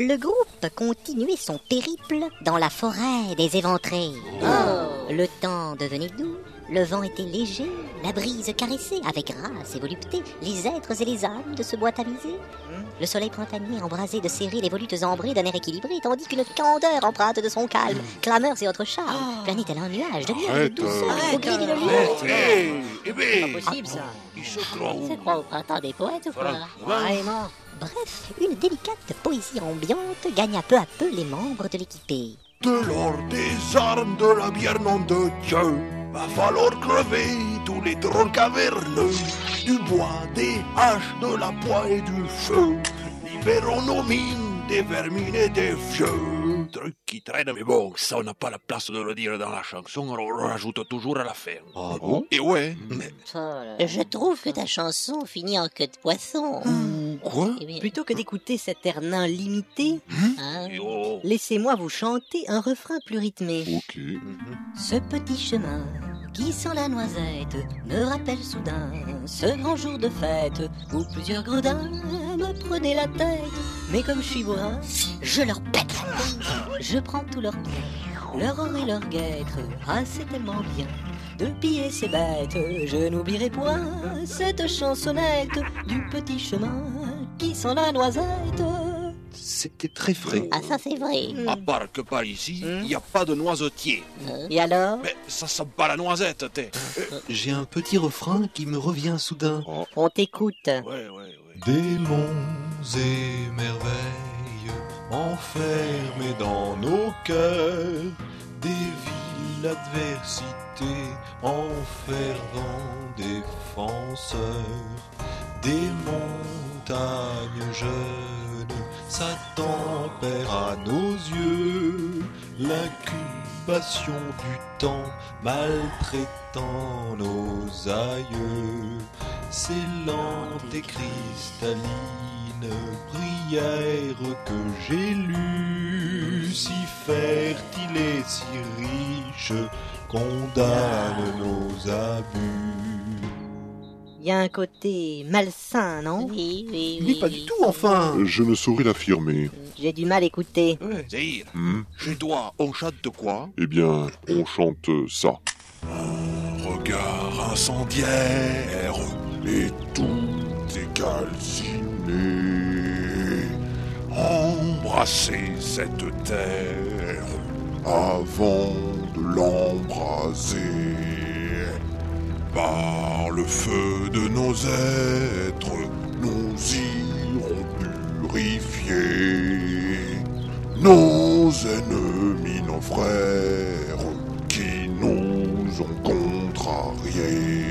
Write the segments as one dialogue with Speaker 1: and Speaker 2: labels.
Speaker 1: Le groupe continuait son périple dans la forêt des éventrés.
Speaker 2: Oh.
Speaker 1: Le temps devenait doux, le vent était léger, la brise caressait avec grâce et volupté les êtres et les âmes de ce bois tamisé.
Speaker 2: Hmm.
Speaker 1: Le soleil printanier embrasait de serrer les volutes ambrées d'un air équilibré, tandis qu'une candeur empreinte de son calme, clameurs et autres charmes, planait-elle un nuage de miel, de
Speaker 2: Hmm. Oh.
Speaker 1: douceur,
Speaker 2: Arrête, euh,
Speaker 1: au gré d'une lune.
Speaker 2: Hé, eh ben,
Speaker 3: Possible ça.
Speaker 2: ils se croient
Speaker 1: Ça
Speaker 2: où
Speaker 1: croit au printemps des poètes ou quoi
Speaker 3: Vraiment.
Speaker 1: Bref, une délicate poésie ambiante gagna peu à peu les membres de l'équipée.
Speaker 2: De l'or, des armes, de la bière, nom de Dieu. Va falloir crever tous les drôles caverneux. Du bois, des haches, de la poix et du feu. Libérons nos mines des vermines et des vieux. Truc qui traîne, mais bon, ça on n'a pas la place de le dire dans la chanson, alors on rajoute toujours à la fin. Ah bon Et ouais, mais
Speaker 1: Euh, Je trouve que ta chanson finit en queue de poisson.
Speaker 2: quoi
Speaker 1: Eh bien,
Speaker 3: Plutôt que d'écouter cet air nain limité,
Speaker 1: hein,
Speaker 2: Et oh.
Speaker 3: laissez-moi vous chanter un refrain plus rythmé.
Speaker 4: Ok.
Speaker 1: Ce petit chemin qui sent la noisette me rappelle soudain ce grand jour de fête où plusieurs gredins me prenaient la tête. Mais comme je suis bourrin, je leur pète. Je prends tout leur bien, leur or et leur guêtre. Ah, c'est tellement bien de piller ces bêtes. Je n'oublierai point cette chansonnette du petit chemin qui sent la noisette.
Speaker 4: C'était très frais.
Speaker 1: Ah, ça c'est vrai.
Speaker 2: À part que par ici, il n'y a pas de noisetier.
Speaker 3: Et alors
Speaker 2: Mais ça sent pas la noisette, t'es.
Speaker 4: J'ai un petit refrain qui me revient soudain.
Speaker 3: On t'écoute.
Speaker 2: Ouais, ouais, ouais.
Speaker 4: Des monts et merveilles enfermés dans nos cœurs, des villes adversités en fervent défenseurs, des montagnes jeunes, Satan perd à nos yeux l'incubation du temps maltraitant nos aïeux. C'est lente et cristalline prière que j'ai lue, si fertile et si riche, condamne nos abus.
Speaker 3: Il y a un côté malsain, non
Speaker 1: Oui, oui,
Speaker 4: Mais pas du tout, enfin
Speaker 5: Je ne saurais l'affirmer.
Speaker 3: J'ai du mal à écouter.
Speaker 2: Ouais, Zahir,
Speaker 5: Hmm
Speaker 2: chez toi, on chante de quoi
Speaker 5: Eh bien, on chante ça.
Speaker 2: Regard incendiaire et tout est calciné. Embrasser cette terre
Speaker 5: Avant de l'embraser,
Speaker 2: par le feu de nos êtres, nous irons purifier
Speaker 5: nos ennemis, nos frères, qui nous ont contrariés.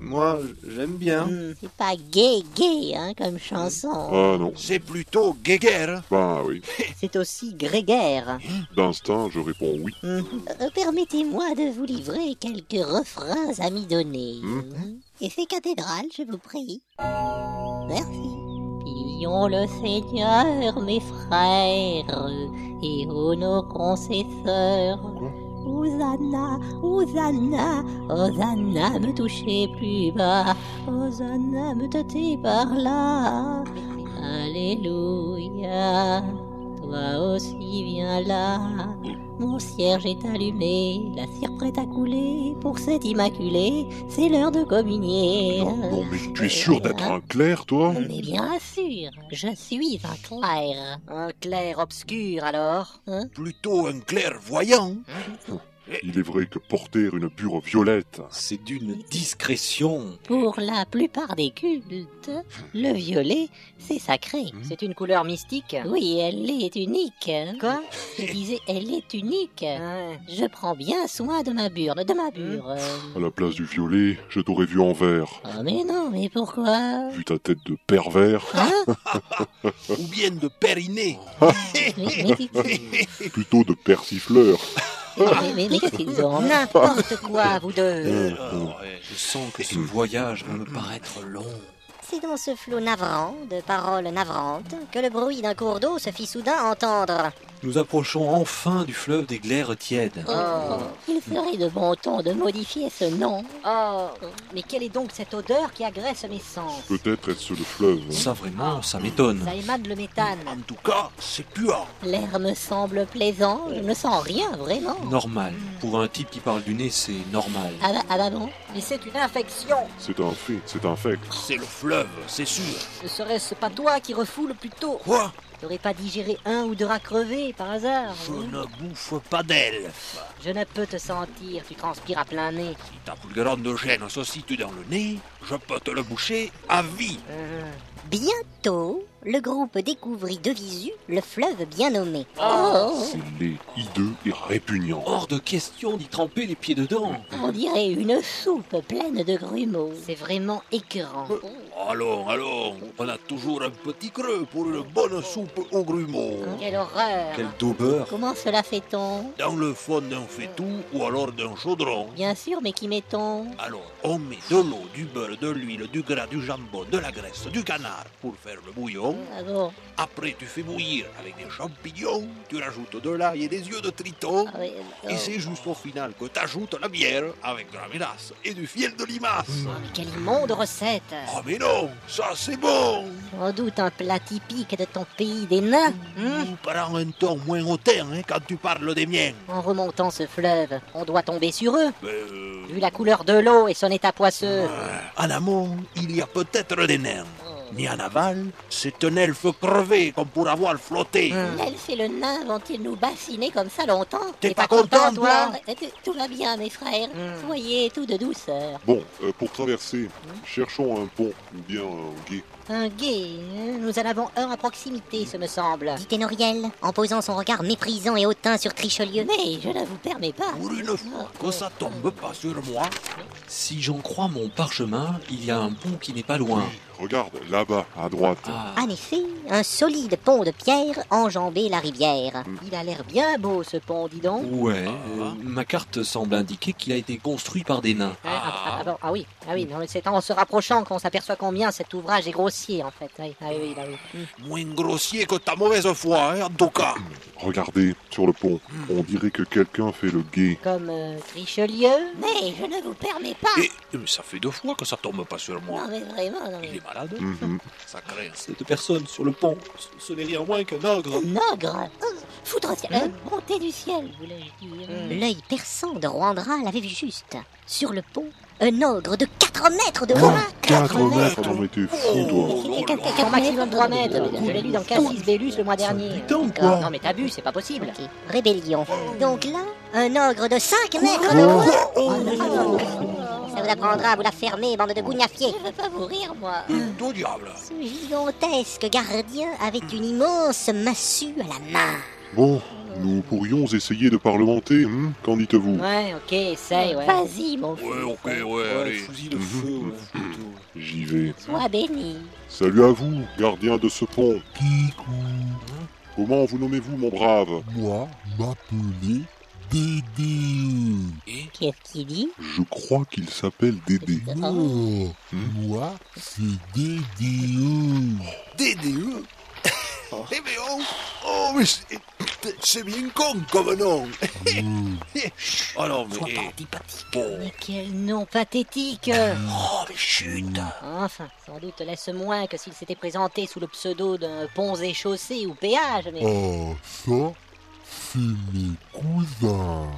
Speaker 4: Moi, j'aime bien.
Speaker 3: Hmm.
Speaker 1: C'est pas gay, gay, hein, comme chanson.
Speaker 5: Ah non,
Speaker 2: C'est plutôt guéguerre.
Speaker 5: bah oui.
Speaker 3: C'est aussi grégaire.
Speaker 5: D'instinct, je réponds oui.
Speaker 1: Euh, Permettez-moi de vous livrer quelques refrains à m'y donner. Et c'est cathédrale, je vous prie. Merci. Prions le Seigneur, mes frères, et honorons ses sœurs. Hosanna, Hosanna, Hosanna, me touchez plus bas, Hosanna, me tâtez par là. Alléluia, toi aussi viens là. Mon cierge est allumé, la cire prête à couler. Pour cet immaculé, c'est l'heure de communier.
Speaker 5: Non, non, mais tu es sûr d'être un clerc, toi
Speaker 1: Mais bien sûr, je suis un clerc.
Speaker 3: Un clair obscur, alors
Speaker 2: Plutôt un clairvoyant.
Speaker 5: Il est vrai que porter une pure violette,
Speaker 4: C'est d'une discrétion.
Speaker 1: Pour la plupart des cultes, le violet, c'est sacré.
Speaker 3: C'est une couleur mystique
Speaker 1: Oui, elle est unique. hein.
Speaker 3: Quoi
Speaker 1: Je disais, elle est unique.
Speaker 3: Hein.
Speaker 1: Je prends bien soin de ma burne, de ma bure. euh.
Speaker 5: à la place du violet, je t'aurais vu en vert.
Speaker 1: Oh, mais non, mais pourquoi
Speaker 5: Vu ta tête de pervers,
Speaker 2: ou bien de périné.
Speaker 1: Mais, mais qu'est-ce
Speaker 5: plutôt de persifleur.
Speaker 1: mais- mais- mais qu'est-ce qu'ils ont
Speaker 3: N'importe quoi, vous deux
Speaker 5: Euh,
Speaker 4: Je sens que ce voyage va me paraître long.
Speaker 1: C'est dans ce flot navrant, de paroles navrantes, que le bruit d'un cours d'eau se fit soudain entendre.
Speaker 4: Nous approchons enfin du fleuve des glaires tièdes.
Speaker 1: Oh, il serait de bon ton de modifier ce nom.
Speaker 3: Oh, mais quelle est donc cette odeur qui agresse mes sens
Speaker 5: Peut-être est-ce le fleuve. hein.
Speaker 4: Ça vraiment, ça m'étonne.
Speaker 3: Ça émane le
Speaker 2: En
Speaker 3: méthane.
Speaker 2: tout cas, c'est puant.
Speaker 1: L'air me semble plaisant, je ne sens rien vraiment.
Speaker 4: Normal. Pour un type qui parle du nez, c'est normal.
Speaker 1: Ah bah, ah bah bon
Speaker 3: Mais c'est une infection.
Speaker 5: C'est un fait, c'est un fait.
Speaker 2: C'est le fleuve, c'est sûr.
Speaker 3: Ne serait-ce pas toi qui refoule plutôt
Speaker 2: Quoi
Speaker 3: T'aurais pas digéré un ou deux rats crevés par hasard
Speaker 2: Je
Speaker 3: hein
Speaker 2: ne bouffe pas d'elle.
Speaker 3: Je ne peux te sentir, tu transpires à plein nez.
Speaker 2: Si ta boulgarande de gêne se situe dans le nez, je peux te le boucher à vie.
Speaker 3: Euh,
Speaker 1: Bientôt, le groupe découvrit de visu le fleuve bien nommé. Oh,
Speaker 5: C'est laid, hideux et répugnant.
Speaker 4: Hors de question d'y tremper les pieds dedans.
Speaker 1: on dirait une soupe pleine de grumeaux.
Speaker 3: c'est vraiment écœurant.
Speaker 2: Allons, allons, on a toujours un petit creux pour une bonne soupe aux grumeaux.
Speaker 3: Quelle horreur
Speaker 4: Quel daubeur.
Speaker 1: Comment cela fait-on
Speaker 2: Dans le fond d'un faitout ou alors d'un chaudron.
Speaker 1: Bien sûr, mais qui met-on
Speaker 2: Alors, on met de l'eau, du beurre, de l'huile, du gras, du jambon, de la graisse, du canard pour faire le bouillon.
Speaker 1: Ah bon
Speaker 2: Après, tu fais bouillir avec des champignons, tu rajoutes de l'ail et des yeux de triton.
Speaker 1: Ah oui, oh.
Speaker 2: Et c'est juste au final que t'ajoutes la bière avec de la mélasse et du fiel de limace.
Speaker 3: Oh, mais Quelle immonde recette
Speaker 2: Oh mais non, ça c'est bon
Speaker 1: Sans doute un plat typique de ton pays des nains. hein
Speaker 2: Tu prends un ton moins hautain hein, quand tu parles des miens.
Speaker 3: En remontant ce fleuve, on doit tomber sur eux,
Speaker 2: Mais, euh,
Speaker 3: vu la couleur de l'eau et son état poisseux.
Speaker 2: euh, en amont, il y a peut-être des nains. Mais en aval, c'est un elfe crevé qu'on pourra voir flotter.
Speaker 1: L'elfe et le nain vont-ils nous bassiner comme ça longtemps
Speaker 2: Mmh. T'es pas content, toi
Speaker 3: Euh,
Speaker 2: Mmh.
Speaker 1: Eh, t- Tout va bien, mes frères.
Speaker 3: Hmm.
Speaker 1: Soyez tout de douceur.
Speaker 5: Bon, euh, pour traverser, cherchons un pont ou bien un gué.
Speaker 3: Un guet, hein, nous en avons un à proximité, ce me semble.
Speaker 1: Dit Ténoriel, en posant son regard méprisant et hautain sur Trichelieu. Mais je ne vous permets pas.
Speaker 2: Pour une fois que ça tombe pas sur moi,
Speaker 4: Si j'en crois mon parchemin, il y a un pont qui n'est pas loin.
Speaker 5: Regarde, là-bas, à droite.
Speaker 4: Ah,
Speaker 1: En effet, un solide pont de pierre enjambait la rivière.
Speaker 3: Il a l'air bien beau, ce pont, dis donc.
Speaker 4: ouais. euh, ma carte semble indiquer qu'il a été construit par des nains.
Speaker 3: Hein, ah, ah, ah, bon, ah oui, ah oui, non, mais c'est en se rapprochant qu'on s'aperçoit combien cet ouvrage est grossier, en fait. Oui, ah oui, ah oui.
Speaker 2: moins grossier que ta mauvaise foi, hein, en tout cas.
Speaker 5: Regardez, sur le pont,
Speaker 6: Hmm.
Speaker 5: on dirait que quelqu'un fait le gué.
Speaker 3: Comme euh, Richelieu.
Speaker 1: Mais je ne vous permets pas.
Speaker 2: Et Ah. mais ça fait deux fois que ça tombe pas sur moi.
Speaker 1: Non, mais vraiment, non,
Speaker 2: Il
Speaker 1: mais...
Speaker 2: est malade,
Speaker 5: Mhm.
Speaker 2: ça crée.
Speaker 4: Cette personne sur le pont, ce- ce n'est rien moins qu'un ogre.
Speaker 1: Un ogre Oh, Foutre ciel
Speaker 2: Hein
Speaker 1: euh, Bonté du ciel, voulais-je dire.
Speaker 3: Hmm.
Speaker 1: L'œil perçant de Rwandra l'avait vu juste. Sur le pont, un ogre de 4 mètres de haut.
Speaker 5: 4 mètres, non mais t'es fou, toi.
Speaker 1: Il y a
Speaker 2: Oh là
Speaker 1: quelqu'un
Speaker 2: là.
Speaker 1: qui
Speaker 3: Au maximum 3 mètres. Je l'ai lu dans Cassis Bellus le mois
Speaker 4: C'est un
Speaker 3: dernier.
Speaker 4: putain, quoi.
Speaker 3: Non, mais t'as bu, c'est pas possible.
Speaker 1: Ok, Rébellion. Donc là, un ogre de 5 mètres de
Speaker 5: Quoi
Speaker 1: haut.
Speaker 2: Oh,
Speaker 1: Ça vous apprendra à vous la fermer, bande de gougnafiers. Je veux pas vous rire,
Speaker 2: Ah.
Speaker 1: moi.
Speaker 2: d'où diable
Speaker 1: Ce gigantesque gardien avait une immense massue à la main.
Speaker 5: Bon, nous pourrions essayer de parlementer, hein qu'en dites-vous
Speaker 3: Ouais, ok, essaye, Ben ouais.
Speaker 1: Vas-y, mon fils.
Speaker 2: Ouais, ok, ouais, allez. Mhm.
Speaker 4: fusil de feu, ouais, plutôt.
Speaker 5: J'y vais.
Speaker 1: Sois béni.
Speaker 5: Salut à vous, gardien de ce pont. Comment vous nommez-vous, mon brave
Speaker 6: Moi, m'appeler Dédé.
Speaker 1: Qu'est-ce qu'il dit
Speaker 5: Je crois qu'il s'appelle Dédé.
Speaker 6: Non, moi, c'est Dédé.
Speaker 2: DDE hein? Eh mais oh Oh, mais c'est- c'est bien con comme nom Oh non, mais... eh, bon.
Speaker 3: Mais quel nom pathétique
Speaker 2: Oh, mais chut
Speaker 3: Enfin, sans doute laisse moins que s'il s'était présenté sous le pseudo d'un pont et chaussée ou péage, mais...
Speaker 6: Ah, ça, c'est mes cousins.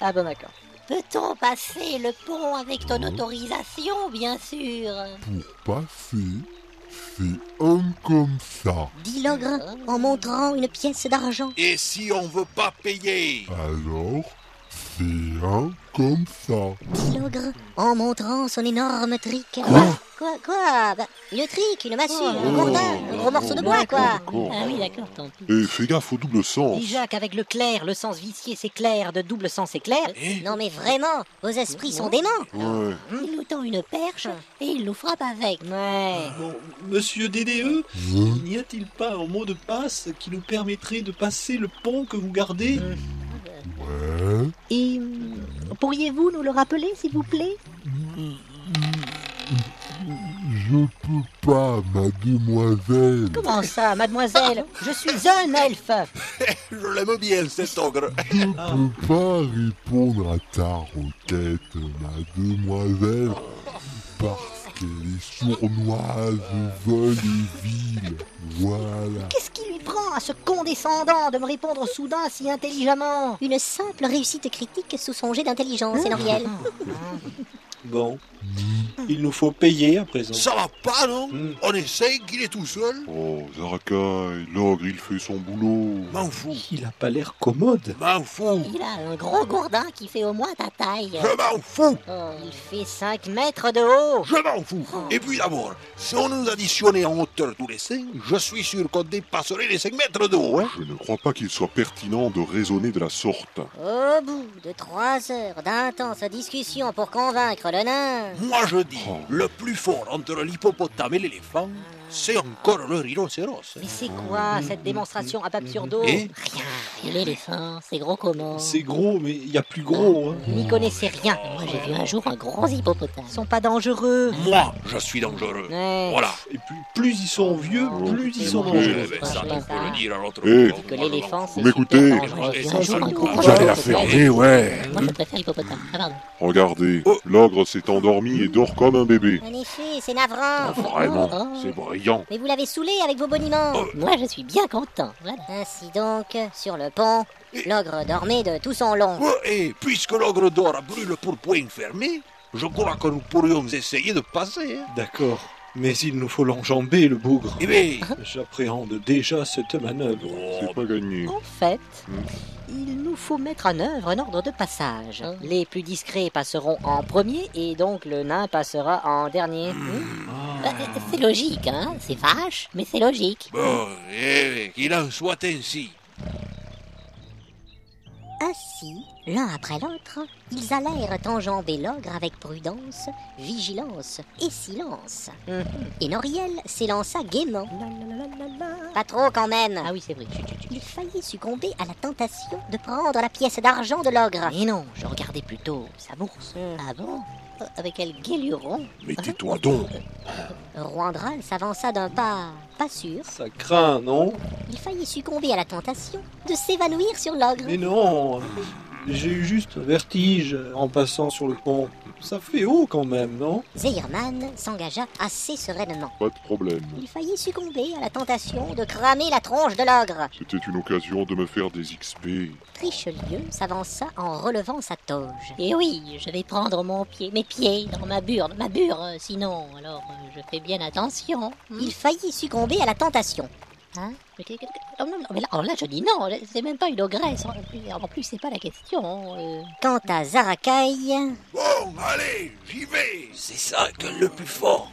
Speaker 3: Ah bon, d'accord.
Speaker 1: Peut-on passer le pont avec ton autorisation, bien sûr
Speaker 6: Pour passer, c'est un comme ça.
Speaker 1: Dit l'ogre en montrant une pièce d'argent.
Speaker 2: Et si on veut pas payer
Speaker 6: Alors, c'est un comme ça.
Speaker 1: Dit l'ogre en montrant son énorme trick. Quoi Quoi Bah, Une trique, une massue, un gourdin, un gros morceau de bois, quoi
Speaker 5: Oh. D'accord.
Speaker 1: Ah oui, d'accord, tant pis.
Speaker 5: Eh, fais gaffe au double sens.
Speaker 3: Déjà qu'avec le clair, le sens vicié s'éclaire, de double sens éclair.
Speaker 2: Eh?
Speaker 1: Non mais vraiment, vos esprits sont déments
Speaker 5: Ouais.
Speaker 1: Il nous tend une perche et il nous frappe avec.
Speaker 3: Ouais.
Speaker 2: Hmm.
Speaker 4: Bon, monsieur DDE,
Speaker 6: Je
Speaker 4: n'y a-t-il pas un mot de passe qui nous permettrait de passer le pont que vous gardez
Speaker 2: Hmm.
Speaker 6: ouais.
Speaker 3: Et pourriez-vous nous le rappeler, s'il vous plaît
Speaker 7: Je peux pas, mademoiselle.
Speaker 3: Comment ça, mademoiselle Je suis un elfe
Speaker 2: Je l'aime bien, cet ogre.
Speaker 7: Je
Speaker 5: Ah.
Speaker 7: peux pas répondre à ta requête, mademoiselle, parce que les sournoises volent les villes. Voilà.
Speaker 3: Qu'est-ce qui lui prend à ce condescendant de me répondre soudain si intelligemment
Speaker 1: Une simple réussite critique sous son jet d'intelligence, Eloriel.
Speaker 4: Bon.
Speaker 2: Hmm.
Speaker 4: Il nous faut payer à présent.
Speaker 2: Ça va pas, non
Speaker 4: Hmm.
Speaker 2: On essaye qu'il est tout seul
Speaker 5: Oh, Zarakai, l'ogre, il fait son boulot.
Speaker 2: M'en fous.
Speaker 4: Il a pas l'air commode.
Speaker 2: M'en fous.
Speaker 1: Il a un gros gourdin qui fait au moins ta taille.
Speaker 2: Je m'en fous.
Speaker 3: Oh, Il fait 5 mètres de haut
Speaker 2: Je m'en fous. Et puis d'abord, si on nous additionnait en hauteur tous les cinq, je suis sûr qu'on dépasserait les 5 mètres de haut. hein.
Speaker 5: Je ne crois pas qu'il soit pertinent de raisonner de la sorte.
Speaker 1: Au bout de trois heures d'intense discussion pour convaincre le nain,
Speaker 2: Moi, je dis,
Speaker 5: Oh.
Speaker 2: le plus fort entre l'hippopotame et l'éléphant, c'est encore le rhinocéros. hein.
Speaker 3: Mais c'est quoi cette démonstration à pape sur dos
Speaker 2: Et
Speaker 1: et l'éléphant, c'est gros comment
Speaker 4: C'est gros, mais il y a plus gros. Hein.
Speaker 3: Vous n'y connaissez rien
Speaker 1: Moi j'ai vu un jour un gros hippopotame.
Speaker 3: Ils sont pas dangereux
Speaker 2: moi, je suis dangereux.
Speaker 3: Ouais.
Speaker 2: Voilà.
Speaker 4: Et plus, plus ils sont vieux,
Speaker 2: Oh,
Speaker 4: plus ils sont
Speaker 5: Ok.
Speaker 4: dangereux.
Speaker 2: Eh ben, ça,
Speaker 3: Ouais.
Speaker 2: il faut le dire à notre
Speaker 5: Eh.
Speaker 1: euh,
Speaker 2: monde.
Speaker 1: Que l'éléphant, c'est
Speaker 5: Vous m'écoutez
Speaker 2: Ah,
Speaker 1: super dangereux. J'ai vu un jour un gros
Speaker 2: Vous allez la
Speaker 1: hippopotame.
Speaker 2: fermer,
Speaker 5: ouais.
Speaker 1: Moi je préfère hippopotame. Ah pardon.
Speaker 5: Regardez,
Speaker 2: Oh.
Speaker 5: l'ogre s'est endormi et dort comme un bébé.
Speaker 1: En effet, c'est navrant. Oh,
Speaker 5: Vraiment,
Speaker 2: hein.
Speaker 5: c'est brillant.
Speaker 1: Mais vous l'avez saoulé avec vos boniments.
Speaker 8: Moi, je suis bien content. Voilà.
Speaker 1: Ainsi donc, sur le pont, l'ogre dormait de tout son long.
Speaker 2: Ouais, Et puisque l'ogre d'or a brûle pour point fermé, je crois que nous pourrions essayer de passer. hein.
Speaker 4: D'accord. Mais il nous faut l'enjamber, le bougre.
Speaker 2: Eh bien,
Speaker 4: J'appréhende déjà cette manœuvre.
Speaker 5: C'est pas gagné.
Speaker 3: En fait, il nous faut mettre en œuvre un ordre de passage. Les plus discrets passeront en premier et donc le nain passera en dernier.
Speaker 4: Hmm. Ah,
Speaker 1: Bah, c'est logique, hein. C'est vache, mais c'est logique.
Speaker 2: bon, eh bien, qu'il en soit ainsi.
Speaker 1: Ainsi, l'un après l'autre, ils allèrent enjamber l'ogre avec prudence, vigilance et silence.
Speaker 3: Mhm.
Speaker 1: Et Noriel s'élança gaiement. Pas trop quand même.
Speaker 3: Ah oui, c'est vrai. Chut, chut, chut.
Speaker 1: Il faillit succomber à la tentation de prendre la pièce d'argent de l'ogre.
Speaker 3: Mais non, je regardais plutôt sa bourse.
Speaker 1: Ah bon Euh, Avec quel guéluron
Speaker 2: Mais tais-toi donc.
Speaker 1: Roandral s'avança d'un pas pas sûr.
Speaker 4: Ça craint, non
Speaker 1: Il faillit succomber à la tentation de s'évanouir sur l'ogre.
Speaker 4: Mais non J'ai eu juste un vertige en passant sur le pont. Ça fait haut quand même, non
Speaker 1: Zeirman s'engagea assez sereinement.
Speaker 5: Pas de problème.
Speaker 1: Il faillit succomber à la tentation de cramer la tronche de l'ogre.
Speaker 5: C'était une occasion de me faire des XP.
Speaker 1: Richelieu s'avança en relevant sa toge. Et Eh oui, je vais prendre mon pied, mes pieds dans ma bure, ma bure, euh, sinon, alors euh, je fais bien attention.
Speaker 3: Hmm.
Speaker 1: Il faillit succomber à la tentation. Hein Mais qu'est- qu'est- oh non, non, mais là, oh là, je dis non, là, c'est même pas une ogresse. En plus- En plus, c'est pas la question. euh. Quant à Zarakai,
Speaker 2: Bon, allez, j'y vais. C'est ça que le plus fort.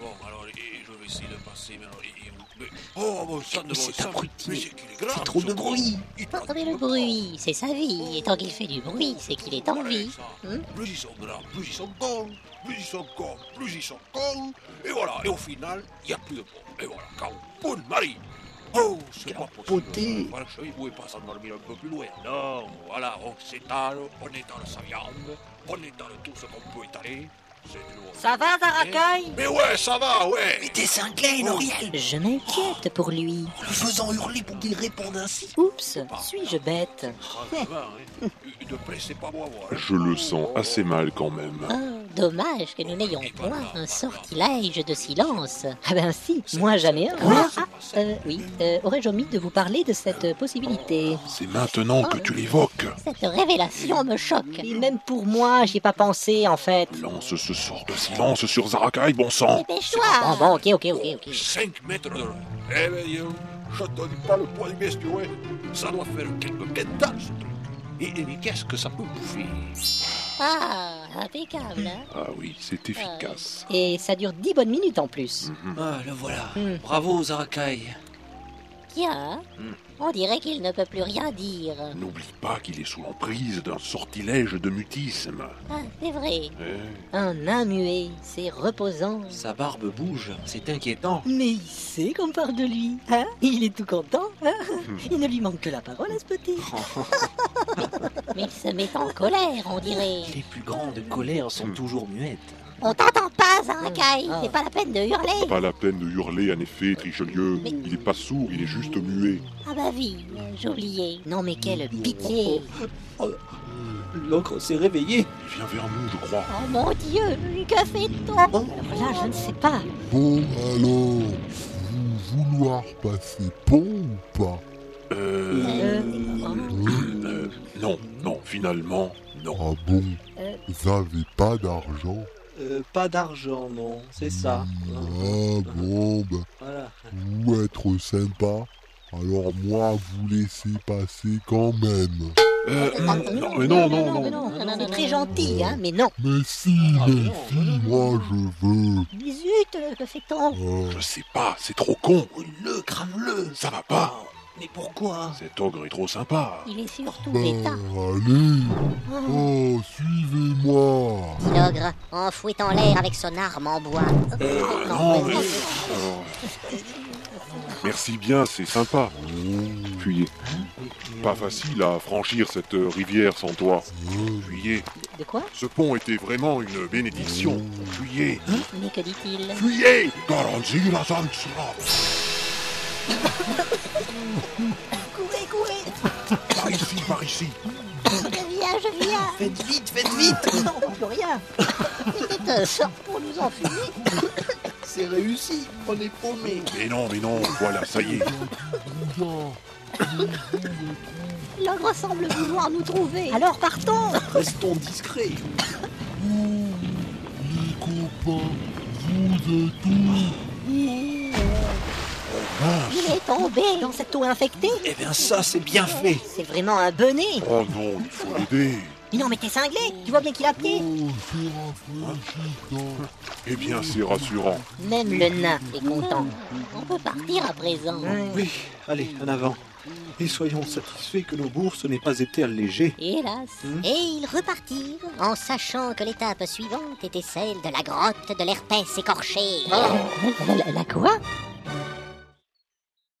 Speaker 2: bon, alors, et- je vais essayer de passer. Mais, alors, et- et- mais- oh, bon sang de bon sang. Mais c'est qu'il est grave. trop de bruit. Il
Speaker 1: Oh, mais le bruit, c'est sa vie. Et tant qu'il fait du bruit, c'est qu'il est en
Speaker 2: Voilà,
Speaker 1: vie.
Speaker 2: ça.
Speaker 1: Hmm
Speaker 2: Hein Plus ils sont grands, plus ils sont cons, plus ils sont cons, plus ils sont cons. Et voilà, et au final, il n'y a plus de bon. Et voilà, campoun, Marie Oh, c'est pas possible. Voilà, je vais vous pas s'endormir un peu plus loin. Non, voilà, on s'étale, on étale sa viande, on étale tout ce qu'on peut étaler. C'est lourd.
Speaker 3: Ça va, Zarakai
Speaker 2: Mais ouais, ça va, ouais Oh.
Speaker 9: T'es cinglé, Noriel
Speaker 8: Je m'inquiète pour lui.
Speaker 9: En le faisant hurler pour qu'il réponde ainsi
Speaker 8: Oups, suis-je bête
Speaker 2: Franchement, hein, ne pressez pas moi, moi.
Speaker 5: Je le sens assez mal quand même.
Speaker 1: Oh, dommage que nous n'ayons point un sortilège de silence.
Speaker 8: Ah ben si, moi j'en ai un.
Speaker 2: Quoi
Speaker 8: Ah, euh, oui, euh, aurais-je omis de vous parler de cette possibilité
Speaker 5: C'est maintenant
Speaker 9: Oh.
Speaker 5: que tu l'évoques.
Speaker 1: Cette révélation me choque.
Speaker 8: Et même pour moi, j'y ai pas pensé en fait.
Speaker 5: Lance ce sort de silence sur Zarakai, bon sang.
Speaker 8: Bon,
Speaker 1: Dépêche-toi
Speaker 8: bon, ok, ok, ok, ok.
Speaker 2: 5 mètres de long. Eh ben, dis donc, je te dis pas le poids du bestiau, hein. Ça doit faire quelques quintals, ce truc. Et, et mais qu'est-ce que ça peut bouffer
Speaker 1: Ah, impeccable. hein.
Speaker 5: Ah oui, c'est
Speaker 8: Euh.
Speaker 5: efficace.
Speaker 8: Et ça dure 10 bonnes minutes en plus.
Speaker 9: Ah, le voilà. Bravo, Zarakai.
Speaker 1: Bien. hein. On dirait qu'il ne peut plus rien dire.
Speaker 5: N'oublie pas qu'il est sous l'emprise d'un sortilège de mutisme.
Speaker 1: Ah, c'est vrai.
Speaker 8: Un nain muet, c'est reposant.
Speaker 9: Sa barbe bouge, c'est inquiétant.
Speaker 8: Mais il sait qu'on parle de lui, hein Il est tout content, hein Il ne lui manque que la parole à ce petit.
Speaker 1: Mais il se met en colère, on dirait.
Speaker 2: Hmm.
Speaker 9: Les plus grandes colères sont toujours muettes.
Speaker 1: On t'entend pas, Zarakai.
Speaker 3: Ah.
Speaker 1: C'est pas la peine de hurler.
Speaker 2: Pas la peine de hurler, en effet, Trichelieu. Il est pas sourd, il est juste muet.
Speaker 1: Ah bah oui, j'oubliais.
Speaker 3: Non mais quelle pitié
Speaker 4: L'ocre s'est réveillé.
Speaker 2: Il vient vers nous, je crois.
Speaker 1: Oh mon Dieu, que fait-on
Speaker 8: Ah,
Speaker 3: Alors là, je ne sais pas.
Speaker 5: Bon alors, vous vouloir passer pont ou pas
Speaker 2: Euh,
Speaker 3: Euh,
Speaker 5: hein
Speaker 2: euh, non, non, finalement, non.
Speaker 5: Ah bon
Speaker 3: Euh.
Speaker 5: Vous avez pas d'argent
Speaker 4: Euh, pas d'argent, non. C'est ça.
Speaker 5: Ah bon, ben,
Speaker 4: Voilà.
Speaker 5: vous être sympa. Alors moi, vous laissez passer quand même.
Speaker 2: Euh, non, mais non, non, non.
Speaker 3: C'est très gentil, hein, mais non.
Speaker 5: Mais si, les filles, moi je veux.
Speaker 1: Mais zut,
Speaker 8: euh,
Speaker 1: que fait-on
Speaker 5: hein.
Speaker 2: Je sais pas, c'est trop con.
Speaker 10: Le, crame-le
Speaker 2: Ça va pas.
Speaker 10: Mais pourquoi
Speaker 2: Cet ogre est trop sympa.
Speaker 1: Il est surtout
Speaker 5: Ben,
Speaker 1: bêta.
Speaker 5: allez Oh, suivez-moi
Speaker 1: Dit L'ogre, en fouettant l'air avec son arme en bois. Oh,
Speaker 2: Euh, non, mais... Alors, Merci bien, c'est sympa. Fuyez. Pas facile à franchir cette rivière sans toi. Fuyez.
Speaker 3: De quoi
Speaker 2: Ce pont était vraiment une bénédiction. Fuyez.
Speaker 1: Mais que dit-il
Speaker 2: Fuyez
Speaker 11: Garantie la sanction.
Speaker 1: Courez, courez
Speaker 2: Par ici, par ici.
Speaker 1: Je viens, je viens
Speaker 10: Faites vite, faites vite
Speaker 3: Non, on peut rien.
Speaker 1: C'était un sort pour nous enfuir.
Speaker 10: C'est réussi, on est paumé.
Speaker 2: Mais non, mais non, voilà, ça y est.
Speaker 1: L'ogre semble vouloir nous trouver. Alors partons
Speaker 10: Restons discrets.
Speaker 5: Les copains, vous êtes tous
Speaker 1: Il est tombé
Speaker 3: Dans cette eau infectée
Speaker 10: Eh bien ça, c'est bien fait.
Speaker 3: C'est vraiment un benet.
Speaker 2: Oh non, il faut l'aider.
Speaker 3: Mais non, mais t'es cinglé. Tu vois bien qu'il a pied.
Speaker 5: Oh, c'est rafraîchissant
Speaker 2: Eh bien, c'est rassurant.
Speaker 3: Même le nain est content.
Speaker 1: On peut partir à présent.
Speaker 4: Oui, allez, en avant. Et soyons satisfaits que nos bourses n'aient pas été allégées.
Speaker 1: Hélas.
Speaker 4: Hmm.
Speaker 1: Et ils repartirent en sachant que l'étape suivante était celle de la grotte de l'herpès écorché.
Speaker 3: La, la- la quoi